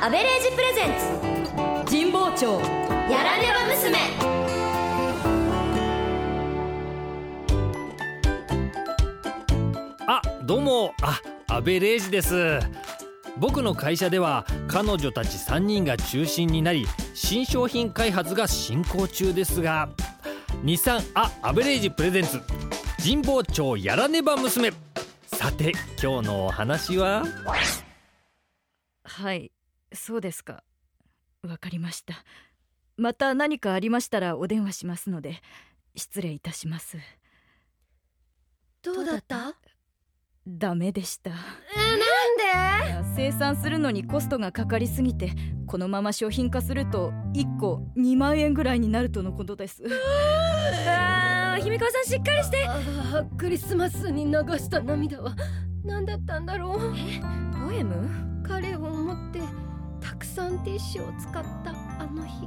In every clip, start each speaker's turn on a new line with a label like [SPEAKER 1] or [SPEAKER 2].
[SPEAKER 1] アベレージプレゼンツ神保町やらねば娘
[SPEAKER 2] あどうもあアベレージです僕の会社では彼女たち3人が中心になり新商品開発が進行中ですが日産アアベレージプレゼンツ神保町やらねば娘さて今日のお話は
[SPEAKER 3] はいそうですかわかりましたまた何かありましたらお電話しますので失礼いたします
[SPEAKER 1] どうだったなん
[SPEAKER 3] ダメでした
[SPEAKER 1] で
[SPEAKER 3] いや生産するのにコストがかかりすぎてこのまま商品化すると1個2万円ぐらいになるとのことです
[SPEAKER 4] あー姫川さんしっかりして
[SPEAKER 5] あークリスマスに流した涙は何だったんだろう
[SPEAKER 4] ポエム
[SPEAKER 5] 彼を思ってたくさんティッシュを使ったあの日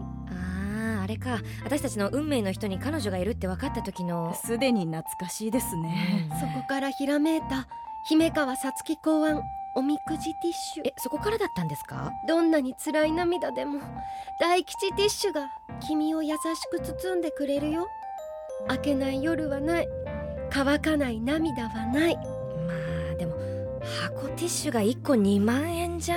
[SPEAKER 4] あああれか私たちの運命の人に彼女がいるって分かった時の
[SPEAKER 3] すでに懐かしいですね
[SPEAKER 5] そこからひらめいた姫川さつき考案おみくじティッシュ
[SPEAKER 4] えそこからだったんですか
[SPEAKER 5] どんなに辛い涙でも大吉ティッシュが君を優しく包んでくれるよ明けない夜はない乾かない涙はない
[SPEAKER 4] まあでも箱ティッシュが1個2万円じゃ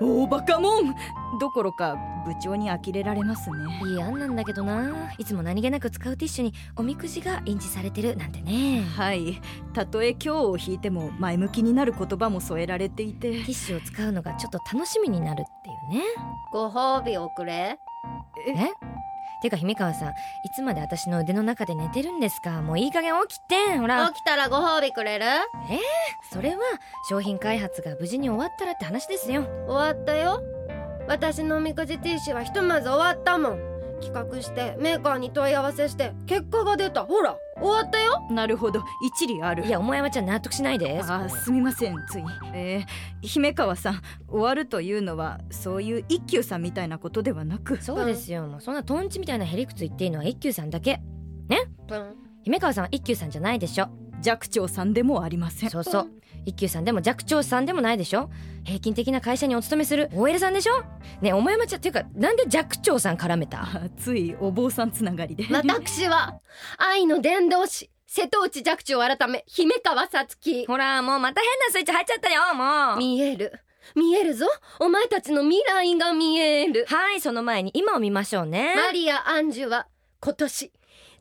[SPEAKER 3] おおバカもんどころか部長に呆れられますね
[SPEAKER 4] いい案なんだけどないつも何気なく使うティッシュにおみくじが印字されてるなんてね
[SPEAKER 3] はいたとえ今日を引いても前向きになる言葉も添えられていて
[SPEAKER 4] ティッシュを使うのがちょっと楽しみになるっていうね
[SPEAKER 5] ご褒美をく
[SPEAKER 4] え
[SPEAKER 5] れ
[SPEAKER 4] てか姫川さんいつまで私の腕の中で寝てるんですかもういい加減起きてほら
[SPEAKER 5] 起きたらご褒美くれる
[SPEAKER 4] それは商品開発が無事に終わったらって話ですよ
[SPEAKER 5] 終わったよ私のおみくじティッシュはひとまず終わったもん企画してメーカーに問い合わせして結果が出たほら終わったよ
[SPEAKER 3] なるほど一理ある
[SPEAKER 4] いやお前はちゃん納得しないで
[SPEAKER 3] あーすみませんついえー、姫川さん終わるというのはそういう一休さんみたいなことではなく
[SPEAKER 4] そうですよもうそんなトンチみたいなへりくつ言っていいのは一休さんだけ
[SPEAKER 5] プン
[SPEAKER 4] 姫川さんは一休さんじゃないでしょ
[SPEAKER 3] 寂聴さんでもありません
[SPEAKER 4] そうそう一休さんでも寂聴さんでもないでしょ平均的な会社にお勤めする OL さんでしょねえお前もちゃんっていうかなんで寂聴さん絡めた
[SPEAKER 3] あーついお坊さんつながりで
[SPEAKER 5] 私は愛の伝道師瀬戸内寂聴改め姫川さ つき
[SPEAKER 4] ほらもうまた変なスイッチ入っちゃったよもう
[SPEAKER 5] 見える見えるぞお前たちの未来が見える
[SPEAKER 4] はいその前に今を見ましょうね
[SPEAKER 5] マリア・アンジュは今年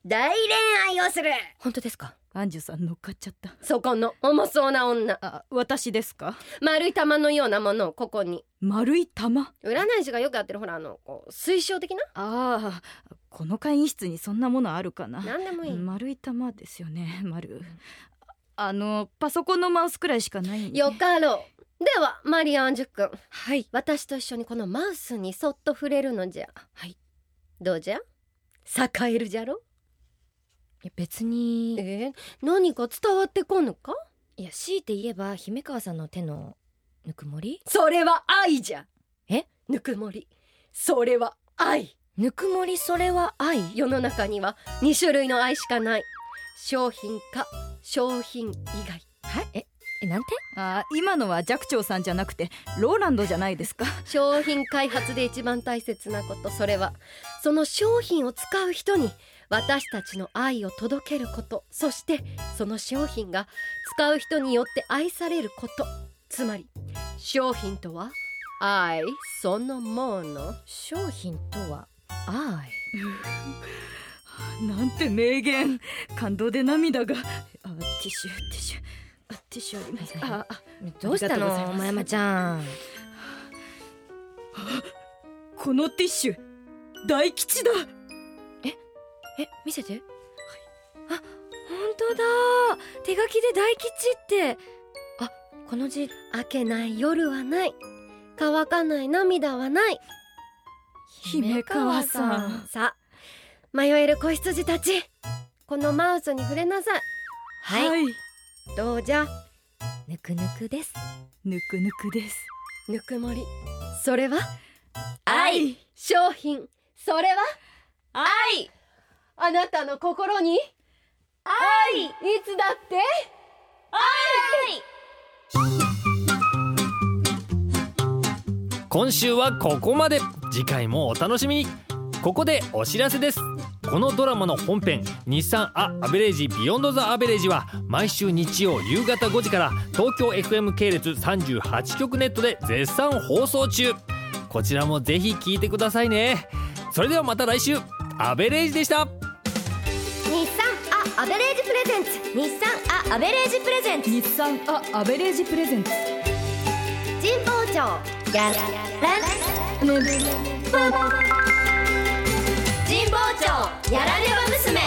[SPEAKER 5] 大恋愛をする
[SPEAKER 4] 本当ですか
[SPEAKER 3] アンジュさん乗っかっちゃった
[SPEAKER 5] そこの重そうな女
[SPEAKER 3] あ私ですか
[SPEAKER 5] 丸い玉のようなものをここに
[SPEAKER 3] 丸い玉
[SPEAKER 5] 占い師がよくやってるほらあのこう推奨的な
[SPEAKER 3] ああこの会議室にそんなものあるかな
[SPEAKER 5] 何でもいい
[SPEAKER 3] 丸い玉ですよね丸あのパソコンのマウスくらいしかないんで
[SPEAKER 5] よかろう。では、マリアンジュ君。
[SPEAKER 4] はい
[SPEAKER 5] 私と一緒にこのマウスにそっと触れるのじゃ。
[SPEAKER 4] はい。
[SPEAKER 5] どうじゃ栄えるじゃろ
[SPEAKER 4] いや別に
[SPEAKER 5] えー、何か伝わってこぬか
[SPEAKER 4] いや強いて言えば姫川さんの手のぬくもり
[SPEAKER 5] それは愛じゃ。
[SPEAKER 4] え
[SPEAKER 5] ぬくもり。それは愛。
[SPEAKER 4] ぬくもりそれは愛
[SPEAKER 5] 世の中には2種類の愛しかない。商品か、商品以外。
[SPEAKER 4] はいええなんて
[SPEAKER 3] あー今のは寂聴さんじゃなくてローランドじゃないですか
[SPEAKER 5] 商品開発で一番大切なこと、それは、その商品を使う人に私たちの愛を届けることそしてその商品が使う人によって愛されることつまり商品とは愛そのもの
[SPEAKER 4] 商品とは愛
[SPEAKER 3] なんて名言感動で涙があティッシュティッシュあティッシュありますああ
[SPEAKER 4] どうした
[SPEAKER 3] ありがとうございま
[SPEAKER 4] の
[SPEAKER 3] す
[SPEAKER 4] まやまちゃん
[SPEAKER 3] このティッシュ大吉だ
[SPEAKER 4] え見せて、あ本当だ手書きで大吉ってあこの字
[SPEAKER 5] 明けない夜はない乾かない涙はない
[SPEAKER 3] 姫川さん
[SPEAKER 5] さあ迷える子羊たちこのマウスに触れなさい
[SPEAKER 4] はい、
[SPEAKER 3] い
[SPEAKER 5] どうじゃ
[SPEAKER 4] ぬくぬくです
[SPEAKER 3] ぬくぬくです
[SPEAKER 5] ぬくもりそれは
[SPEAKER 4] 愛
[SPEAKER 5] 商品それは愛あなたの心に愛いつだって
[SPEAKER 2] 今週はここまで次回もお楽しみにここでお知らせですこのドラマの本編「日産ア・アベレージ・ビヨンド・ザ・アベレージ」は毎週日曜夕方5時から東京 FM 系列38局ネットで絶賛放送中こちらもぜひ聞いてくださいねそれではまた来週アベレージでした
[SPEAKER 1] 日産アアベレージプレゼンツ日産アアベレージプレゼンツ
[SPEAKER 3] 日産アアベレージプレゼンツ
[SPEAKER 1] 神保町やららねぶ神保町やられば娘